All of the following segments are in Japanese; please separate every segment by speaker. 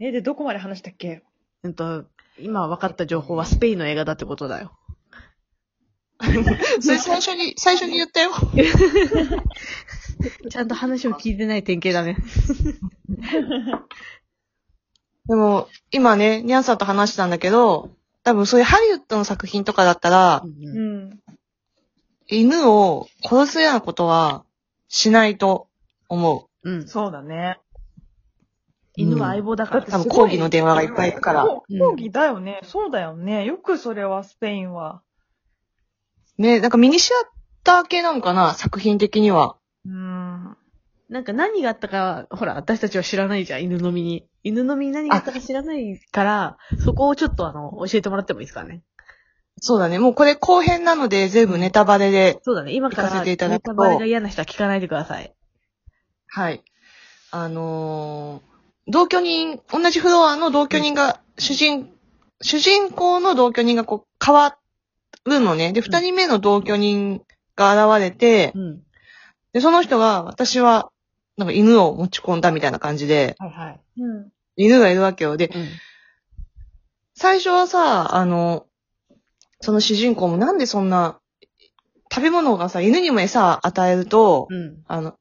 Speaker 1: え、で、どこまで話したっけ
Speaker 2: うんと、今分かった情報はスペインの映画だってことだよ。
Speaker 3: それ最初に、最初に言ったよ。
Speaker 2: ちゃんと話を聞いてない典型だね。
Speaker 3: でも、今ね、ニャンさんと話したんだけど、多分そういうハリウッドの作品とかだったら、
Speaker 1: うん。
Speaker 3: 犬を殺すようなことはしないと思
Speaker 2: うん。
Speaker 4: そうだね。
Speaker 2: 犬は相棒だか
Speaker 3: う。
Speaker 2: ら。
Speaker 3: 多分抗議の電話がいっぱいいるから。
Speaker 4: そう抗議だよね。そうだよね。よくそれはスペインは。
Speaker 3: ね、なんかミニシアター系なのかな作品的には。
Speaker 4: うん。
Speaker 2: なんか何があったか、ほら、私たちは知らないじゃん、犬のみに。犬のみに何があったか知らないから、そこをちょっとあの、教えてもらってもいいですかね。
Speaker 3: そうだね。もうこれ後編なので、全部ネタバレで、
Speaker 2: そうだね、今から、
Speaker 3: 行かせていただくと
Speaker 2: ネタバレが嫌な人は聞かないでください。
Speaker 3: はい。あのー同居人、同じフロアの同居人が、主人、主人公の同居人がこう変わるのね。で、二人目の同居人が現れて、
Speaker 2: うん。
Speaker 3: で、その人が、私は、なんか犬を持ち込んだみたいな感じで、
Speaker 2: はいはい。
Speaker 1: うん。
Speaker 3: 犬がいるわけよ。で、
Speaker 2: うん。
Speaker 3: 最初はさ、あの、その主人公もなんでそんな、食べ物がさ、犬にも餌与えると、
Speaker 2: うん。
Speaker 3: あの、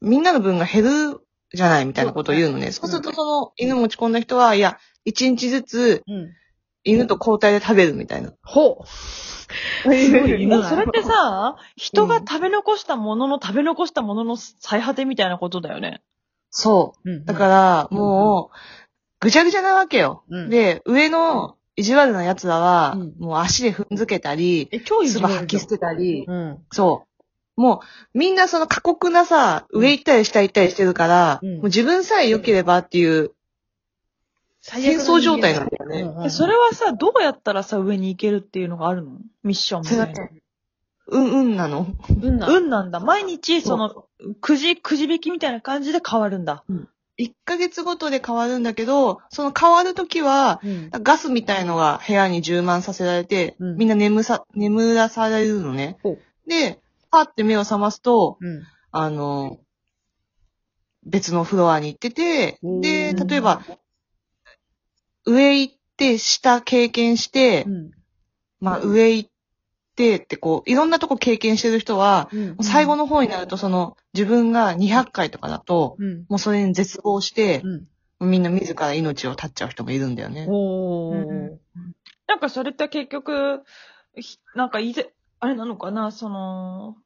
Speaker 3: みんなの分が減るじゃないみたいなことを言うのね。そうするとその犬持ち込んだ人は、いや、一日ずつ
Speaker 2: うん。
Speaker 3: 犬と交代で食べるみたいな。
Speaker 2: ほうすごい犬
Speaker 4: え
Speaker 2: が。
Speaker 4: それってさ、人が食べ残したものの食べ残したものの最果てみたいなことだよね。
Speaker 3: そ
Speaker 2: うん、うん。
Speaker 3: だから、もう、ぐちゃぐちゃなわけよ。
Speaker 2: うん
Speaker 3: で、上の意地悪な奴らは
Speaker 2: うん、
Speaker 3: もう足で踏んづけたり、
Speaker 4: え、今
Speaker 3: 唾吐き捨てたり、
Speaker 2: うん。
Speaker 3: そう。もう、みんなその過酷なさ、上行ったり下行ったりしてるから、
Speaker 2: うん
Speaker 3: もう自分さえ良ければっていう、
Speaker 2: 戦
Speaker 3: 戦争状態なんだよね。
Speaker 4: え、それはさ、どうやったらさ、上に行けるっていうのがあるのミッションみ
Speaker 3: そ
Speaker 4: た
Speaker 3: れだ
Speaker 4: い
Speaker 3: って
Speaker 4: な。、
Speaker 3: うんうんなの。
Speaker 2: うんな。
Speaker 4: 運なんだ。毎日、その、くじ、くじ引きみたいな感じで変わるんだ。
Speaker 3: 1ヶ月ごとで変わるんだけど、その変わるときは、
Speaker 2: うん。
Speaker 3: ガスみたいのが部屋に充満させられて、
Speaker 2: うん
Speaker 3: みんな眠さ、眠らされるのね
Speaker 2: ほう。
Speaker 3: で、パって目を覚ますと、
Speaker 2: うん。
Speaker 3: あの、別のフロアに行ってて、
Speaker 2: おー
Speaker 3: で、例えば、上行って、下経験して
Speaker 2: う、ん。
Speaker 3: まあ上行ってってこう、いろんなとこ経験してる人は、
Speaker 2: うん。
Speaker 3: 最後の方になるとその、自分が200回とかだと、
Speaker 2: うん。
Speaker 3: もうそれに絶望して、
Speaker 2: うん。
Speaker 3: みんな自ら命を絶っちゃう人もいるんだよね。
Speaker 2: おー。
Speaker 4: うんなんかそれって結局、ひなんかいぜ、あれなのかな、その、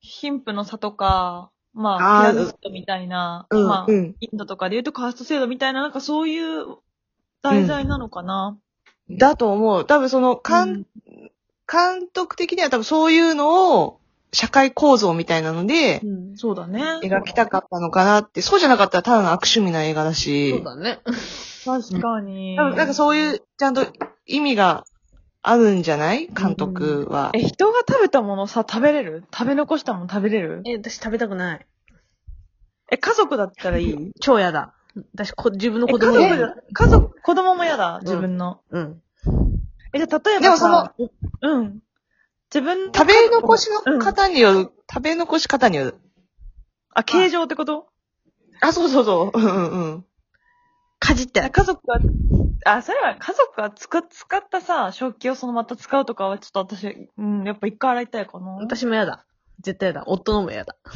Speaker 4: 貧富の差とか、まあ、
Speaker 3: あー
Speaker 4: ピラミッドみたいな、
Speaker 3: うん
Speaker 4: まあ、
Speaker 3: うん
Speaker 4: インドとかで言うとカースト制度みたいな、なんかそういう題材なのかな。
Speaker 3: だと思う。多分その、監、監督的には多分そういうのを、社会構造みたいなので
Speaker 2: う、ん。
Speaker 4: そうだね。
Speaker 3: 描きたかったのかなって、そうじゃなかったらただの悪趣味な映画だ
Speaker 2: そう
Speaker 3: し、
Speaker 2: だね。
Speaker 4: 確かに。
Speaker 3: 多分なんかそういう、ちゃんと意味があるんじゃない監督は。
Speaker 4: え、人が食べたものさ、食べれる食べ残したもの食べれる
Speaker 2: え、私食べたくない。
Speaker 4: え、家族だったらいい
Speaker 2: 超嫌だ。私、こ自分の
Speaker 4: え
Speaker 2: 子
Speaker 4: 家
Speaker 2: 供
Speaker 4: 族
Speaker 2: だ
Speaker 4: だ、家族、子供も嫌だ、自分の。
Speaker 2: うん。
Speaker 4: え、じゃあ例えばさ、
Speaker 3: でもその、
Speaker 4: うん。自分の
Speaker 3: 食べ残しの方による、食べ残し方による。
Speaker 4: あ、形状ってこと
Speaker 3: あ、そうそうそう。うんうんうん。
Speaker 2: かじって。
Speaker 4: 家族が、あ、それは家族が使使ったさ、食器をそのまた使うとかはちょっと私、うん、やっぱ一回洗いたいかな。
Speaker 2: 私も嫌だ。絶対嫌だ。夫のも嫌だ。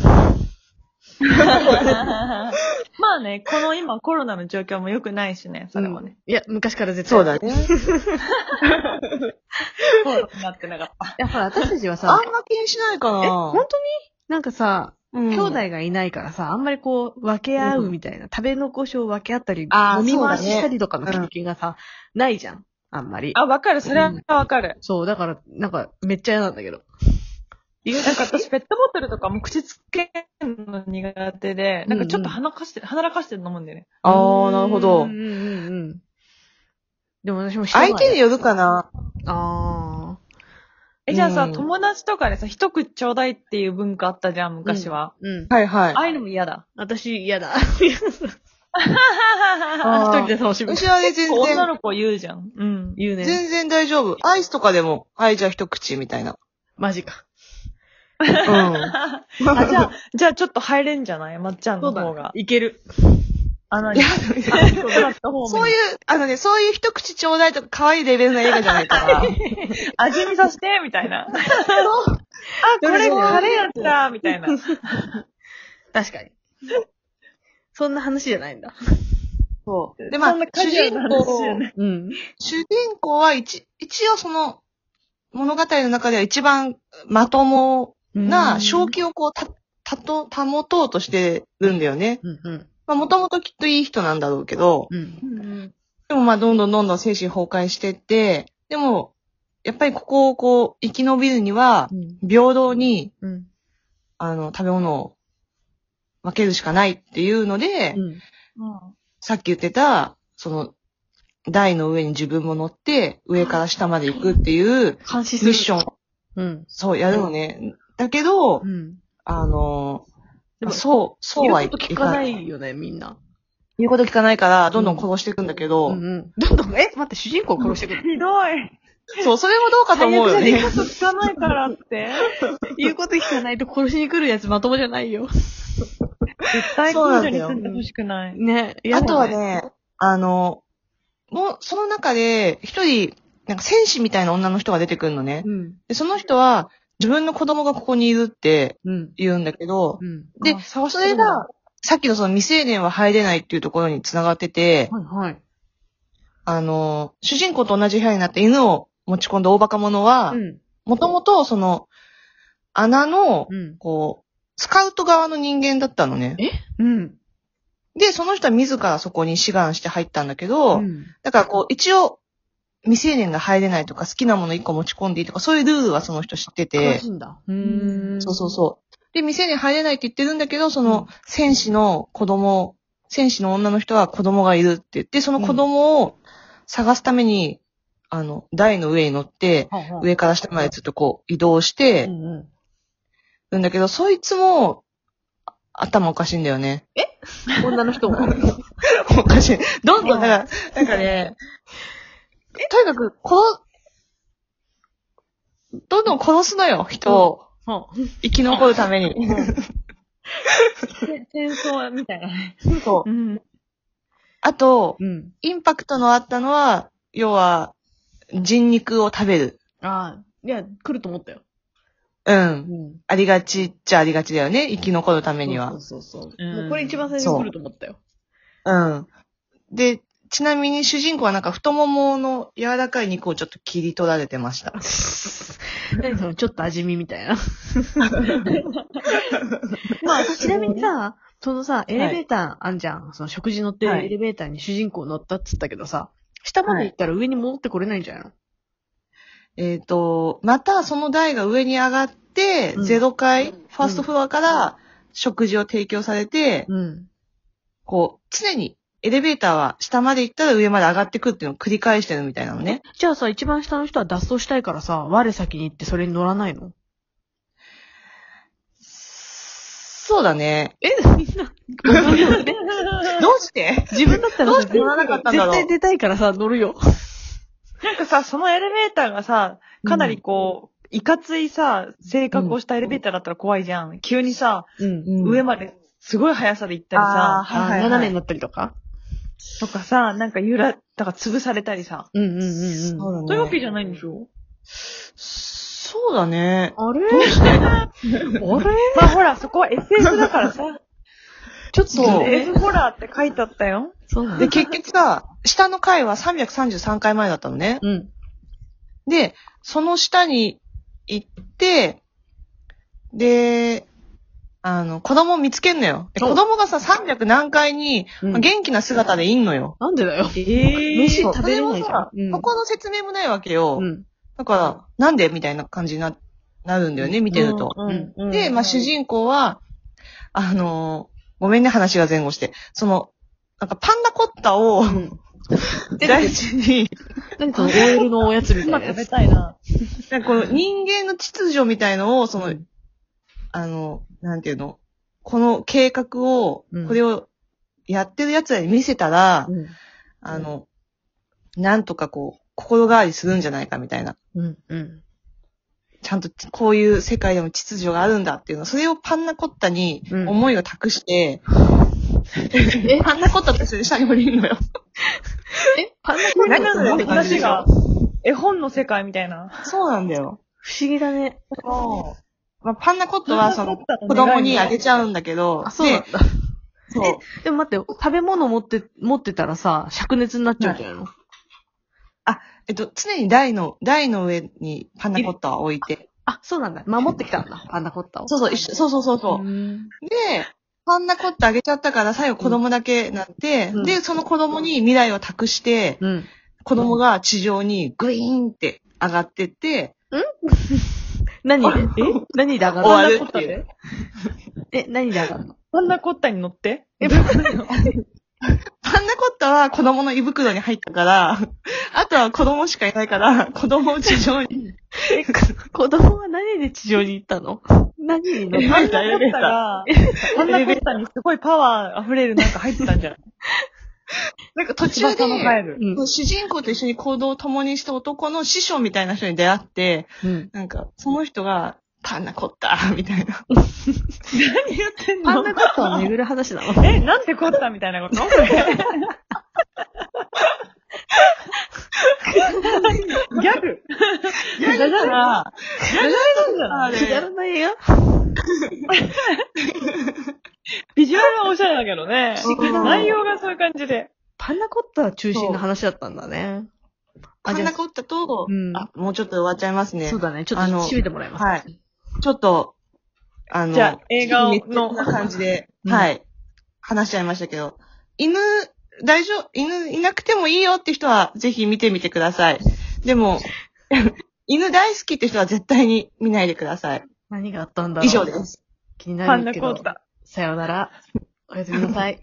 Speaker 4: まあね、この今コロナの状況も良くないしね、それはね。
Speaker 2: いや、昔から絶対。
Speaker 3: そうだ。ね。
Speaker 4: コロナになってなかった。
Speaker 2: いや、ほら、私たちは
Speaker 3: あ
Speaker 2: さ、
Speaker 3: んま気にしないか
Speaker 2: え、
Speaker 3: な
Speaker 2: 本。なんかさ、
Speaker 3: うん
Speaker 2: 兄弟がいないからさ、あんまりこう、分け合うみたいな、食べ残しを分け合ったり、
Speaker 3: あー
Speaker 2: 飲み回し
Speaker 3: そうだね
Speaker 2: したりとかの経験がさ、ないじゃん。あんまり。
Speaker 4: あ、わかる、それはわかる。
Speaker 2: そう、だから、なんか、めっちゃ嫌なんだけど。
Speaker 4: なんか私ペットボトルとかも口つけるの苦手で、なんかちょっと鼻かして、鼻らかして飲むんだよね。
Speaker 3: ああ、なるほ
Speaker 2: う
Speaker 3: ど
Speaker 2: ん。うんうんうん。でも私も
Speaker 3: 相手に
Speaker 2: に。
Speaker 3: よるかな。
Speaker 2: ああ。
Speaker 4: え、じゃあさ、
Speaker 3: うん
Speaker 4: 友達とかでさ、一口ちょうだいっていう文化あったじゃん、昔は。
Speaker 2: うん。
Speaker 3: はいはい
Speaker 4: あ。あいうのも嫌だ。
Speaker 2: 私、嫌だ。
Speaker 3: あ
Speaker 2: 一
Speaker 3: ー
Speaker 2: 人で楽しむ。
Speaker 3: 私はね、
Speaker 4: 結
Speaker 3: 全
Speaker 4: 構 女
Speaker 3: 然、
Speaker 4: の子言うじゃん。うん。
Speaker 2: 言うね。
Speaker 3: 全然大丈夫。アイスとかでも、はい、じゃあ一口みたいな。
Speaker 2: マジか。
Speaker 3: うん。
Speaker 4: あ、じゃあ、じゃあちょっと入れんじゃないまっちゃんの
Speaker 2: そうだ
Speaker 4: 方
Speaker 2: ね
Speaker 4: が。。
Speaker 2: いける。
Speaker 1: 穴
Speaker 3: い
Speaker 1: に
Speaker 3: や、
Speaker 1: 座った方
Speaker 3: そう
Speaker 1: う、
Speaker 3: いう、あのね、そういう一口ちょうだいとか可愛いレベルの映画じゃないから。
Speaker 4: 味見させて、みたいな。 あ、これカレーやった、みたいな。
Speaker 2: 確かに。そんな話じゃないんだ。
Speaker 1: そう。
Speaker 3: でまあ
Speaker 1: そんなカジュアルな話じゃない
Speaker 2: うん。
Speaker 3: 主人公は一、一応その、物語の中では一番まともな正気をこう、た、たと、保とうとしてるんだよね。
Speaker 2: うんうん。
Speaker 3: まあ、もともときっといい人なんだろうけど、
Speaker 2: うん。
Speaker 4: うん
Speaker 3: でもまあ、どんどんどんどん精神崩壊してって、でも、やっぱりここをこう、生き延びるには、平等に、
Speaker 2: うん。
Speaker 3: あの、食べ物を分けるしかないっていうので、
Speaker 2: うん。
Speaker 3: さっき言ってた、その、台の上に自分も乗って、上から下まで行くっていう
Speaker 2: 監視す
Speaker 3: ミ
Speaker 2: る。
Speaker 3: ッション、
Speaker 2: うん。
Speaker 3: そう、やるのね。だけど
Speaker 2: う、ん。
Speaker 3: あの、
Speaker 2: でも、
Speaker 3: まあそう、そうはい
Speaker 2: 言うこと聞かないよね、みんな。
Speaker 3: 言うこと聞かないから、どんどん殺していくんだけど、
Speaker 2: うんうん。どんどん、え、待って、主人公を殺してくる。
Speaker 4: ひどい。
Speaker 3: そう、それもどうかと思うよ
Speaker 4: 最悪じ
Speaker 3: ね
Speaker 4: ゃ。ない聞かないからって。
Speaker 2: 言うこと聞かないと殺しに来るやつまともじゃないよ。
Speaker 4: 絶対近所に住んでほしくない。
Speaker 2: ね。嫌
Speaker 3: あ
Speaker 2: だ
Speaker 3: とは、ね、あの、もう、その中で、一人、なんか戦士みたいな女の人が出てくるのね。
Speaker 2: うん。
Speaker 3: で、その人は、自分の子供がここにいるって
Speaker 2: うん。
Speaker 3: 言うんだけど、
Speaker 2: うん。
Speaker 3: で
Speaker 4: あ、探
Speaker 3: そ
Speaker 4: して
Speaker 3: れ
Speaker 4: るんだ
Speaker 3: が、さっきのその未成年は入れないっていうところに繋がってて、
Speaker 2: はいはい。
Speaker 3: あの、主人公と同じ部屋になって犬を持ち込んだ大バカ者は、
Speaker 2: うん。
Speaker 3: もともとその、穴の、
Speaker 2: うん。
Speaker 3: こう、スカウト側の人間だったのね。
Speaker 2: うん。
Speaker 3: で、その人は自らそこに志願して入ったんだけど、
Speaker 2: うん
Speaker 3: だからこう、一応、未成年が入れないとか、好きなもの一個持ち込んでいいとか、そういうルールはその人知って
Speaker 2: 詳
Speaker 3: て
Speaker 2: し、いんだ。うーん。
Speaker 3: そうそうそう。で、未成年入れないって言ってるんだけど、その、戦士の子供、戦士の女の人は子供がいるって言って、その子供を探すために、あの、台の上に乗って、
Speaker 2: はあはあ。
Speaker 3: 上から下までずっとこう、移動して
Speaker 2: うんうん。
Speaker 3: るんだけど、そいつも、あ頭おかしいんだよね。
Speaker 2: 女の人も。
Speaker 3: おかしい。どんどん、だから、なんかね、とにかく、殺、どんどん殺すのよ、人を。
Speaker 2: そう
Speaker 3: 生き残るために。
Speaker 4: 戦争みたいな。
Speaker 3: そう。
Speaker 2: うん。
Speaker 3: あと、
Speaker 2: うん。
Speaker 3: インパクトのあったのは、要は、人肉を食べる。
Speaker 2: ああ。いや、来ると思ったよ。
Speaker 3: う。
Speaker 2: うんん。
Speaker 3: ありがちっちゃありがちだよね、生き残るために
Speaker 2: そ
Speaker 3: は
Speaker 2: う。そうそう
Speaker 4: うん
Speaker 2: もうこれ一番最初に来ると思ったよ。
Speaker 3: うん。で、ちなみに主人公はなんか太ももの柔らかい肉をちょっと切り取られてました。
Speaker 2: 何その、ちょっと味見みたいな。まあ、ちなみにさ、そのさ、エレベーターあんじゃん。その食事乗ってる
Speaker 3: はい
Speaker 2: エレベーターに主人公乗ったっつったけどさ、下まで行ったら上に戻ってこれないんじゃないの
Speaker 3: えっ、と、またその台が上に上がって、
Speaker 2: うん
Speaker 3: ゼロ階、ファーストフロアから食事を提供されて、
Speaker 2: うん。
Speaker 3: こう、常にエレベーターは下まで行ったら上まで上がってくっていうのを繰り返してるみたいなのね。
Speaker 2: じゃあさ、一番下の人は脱走したいからさ、我先に行ってそれに乗らないの
Speaker 3: そうだね。
Speaker 2: え、みんな、
Speaker 3: どうして
Speaker 2: 自分だったら
Speaker 3: どう
Speaker 2: さ
Speaker 3: して乗らなかったんだろう
Speaker 2: 絶対出たいからさ、乗るよ。
Speaker 4: なんかさ、そのエレベーターがさ、かなりこう、いかついさ、性格をしたエレベーターだったら怖いじゃん。急にさ、
Speaker 2: うん。
Speaker 4: 上
Speaker 3: ま
Speaker 4: まですごい速さで行ったり
Speaker 3: あー
Speaker 4: さ、
Speaker 3: はいはいはい
Speaker 2: 斜めになったりとか。
Speaker 4: とかさ、なんか揺ら、だから潰されたりさ。
Speaker 2: うんうんうんうん。
Speaker 3: そう
Speaker 4: そういうわけじ
Speaker 3: ゃ
Speaker 4: ゃないんでしょ
Speaker 3: そうだね。
Speaker 2: あれ あれ
Speaker 4: まあほら、そこは SF だ からさ、
Speaker 2: ちょっと
Speaker 3: そう
Speaker 2: ね
Speaker 4: SF ホラーって書いてあったよ。
Speaker 2: そうなんだ
Speaker 3: で、結局さ、下の階は333階前だったのね。
Speaker 2: うん。
Speaker 3: で、その下に行って、で、あの、子供を見つけんのよ。で
Speaker 2: そう
Speaker 3: 子供がさ、300何階に、まあ元気な姿でいんのよ。
Speaker 2: なんでだよ。
Speaker 4: え
Speaker 2: 飯
Speaker 3: そう
Speaker 2: 食べれないじ
Speaker 3: そ
Speaker 2: ゃ
Speaker 3: は
Speaker 2: ん
Speaker 3: さ。
Speaker 2: うん
Speaker 3: ここの説明もないわけよ。
Speaker 2: うん。
Speaker 3: だから、なんでみたいな感じにな、なるんだよね、見てると。で、まあ、主人公は、あのーごめんね、話が前後して。その、なんかパンナコッタを
Speaker 2: ん
Speaker 3: 大事に、
Speaker 2: 何その OL のおやつみた
Speaker 4: 今
Speaker 2: いなや
Speaker 4: 食べ
Speaker 2: つ。
Speaker 4: たいな。
Speaker 3: なんかこの人間の秩序みたいのを、その、
Speaker 2: うん
Speaker 3: あの、なんていうの、この計画を、
Speaker 2: うん
Speaker 3: これをやってる奴らに見せたら、
Speaker 2: うん
Speaker 3: あの、なんとかこう、心変わりするんじゃないかみたいな。
Speaker 2: うん。うん。
Speaker 3: ちゃんとこういう世界でも秩序があるんだっていうの、それをパンナコッタに思いを託して、
Speaker 2: え
Speaker 3: パンナコッタと一緒に下に降りるのよ。
Speaker 2: えパンダコッタ
Speaker 4: 何なの
Speaker 2: って感じ
Speaker 4: 話
Speaker 2: でしょ
Speaker 4: が。絵本の世界みたいな。
Speaker 3: そうなんだよ。
Speaker 2: 不思議だね。
Speaker 3: まあ、パンナコッタは その子供にあげちゃうんだけど、
Speaker 2: あ、そうなん
Speaker 3: で、
Speaker 2: だ。
Speaker 3: そう。
Speaker 2: でも待って、食べ物持って、持ってたらさ、灼熱になっちゃうんじゃないの、
Speaker 3: えっと、常に台の、台の上にパンナコッタは置いて。
Speaker 2: あ、そうなんだ。守ってきたんだ。パンダコッタを。
Speaker 3: そうそう、一緒、そうそうそうそうう。
Speaker 2: ん
Speaker 3: で、パンナコッタあげちゃったから最後子供だけなって、
Speaker 2: うん
Speaker 3: で、その子供に未来を託して、
Speaker 2: うん。
Speaker 3: 子供が地上にグイーンって上がってって、
Speaker 2: 何でえ何で上がるの
Speaker 3: 終わるっていう。
Speaker 2: え、何で上がるの
Speaker 4: パンダコッタに乗って
Speaker 2: え
Speaker 3: パンナコッタは子供の胃袋に入ったから、 あとは子供しかいないから、子供を地上に。
Speaker 2: え、子供は何で地上に行ったの何に乗っ
Speaker 4: パ
Speaker 2: た
Speaker 4: ンダコッタが、パンダコッタにすごいパワー溢れるなんか入ってたんじゃない
Speaker 3: なんか途中で、
Speaker 4: 翼のカエル
Speaker 2: うん
Speaker 3: 主人公と一緒に行動を共にした男の師匠みたいな人に出会って、
Speaker 2: うん。
Speaker 3: なんか、その人が、パンナコッタみた いな。
Speaker 4: 何言ってん
Speaker 2: パン
Speaker 4: の
Speaker 2: ダコッタを巡る話なの
Speaker 4: え、なんでコッタみたいなことこれギャグ
Speaker 3: いや、だから、
Speaker 4: そうじゃない
Speaker 3: あれ
Speaker 2: くだらない映画
Speaker 4: ビジュアルはおしゃれだけどね。
Speaker 2: 不思議だな
Speaker 4: 内容がそういう感じで。
Speaker 2: パンダコッタ中心の話だったんだね。
Speaker 3: パ
Speaker 2: あ、じ
Speaker 3: ン
Speaker 2: ゃ
Speaker 3: ナコッタと、
Speaker 2: うん
Speaker 3: あ、もうちょっと終わっちゃいます
Speaker 2: あ、
Speaker 3: ね
Speaker 2: そう。だね。ちょっ
Speaker 3: あ
Speaker 2: と
Speaker 3: の
Speaker 2: 締めてもらいます。
Speaker 3: はい。ちょっと、あの、
Speaker 4: じゃあ映画を
Speaker 3: 熱烈な感じで、
Speaker 2: うん
Speaker 3: はい。話しちゃいましたけど、犬、大丈夫、犬いなくてもいいよって人は、ぜひ見てみてください。でも、 犬大好きって人は絶対に見ないでください。
Speaker 2: 何があったんだろう
Speaker 3: 以上で。す。
Speaker 2: 気に
Speaker 4: パ
Speaker 2: な
Speaker 4: ン
Speaker 2: る
Speaker 4: ダ
Speaker 2: け
Speaker 4: コ
Speaker 2: ど
Speaker 4: ッ。タ。
Speaker 2: さようなら。おやすみなさい。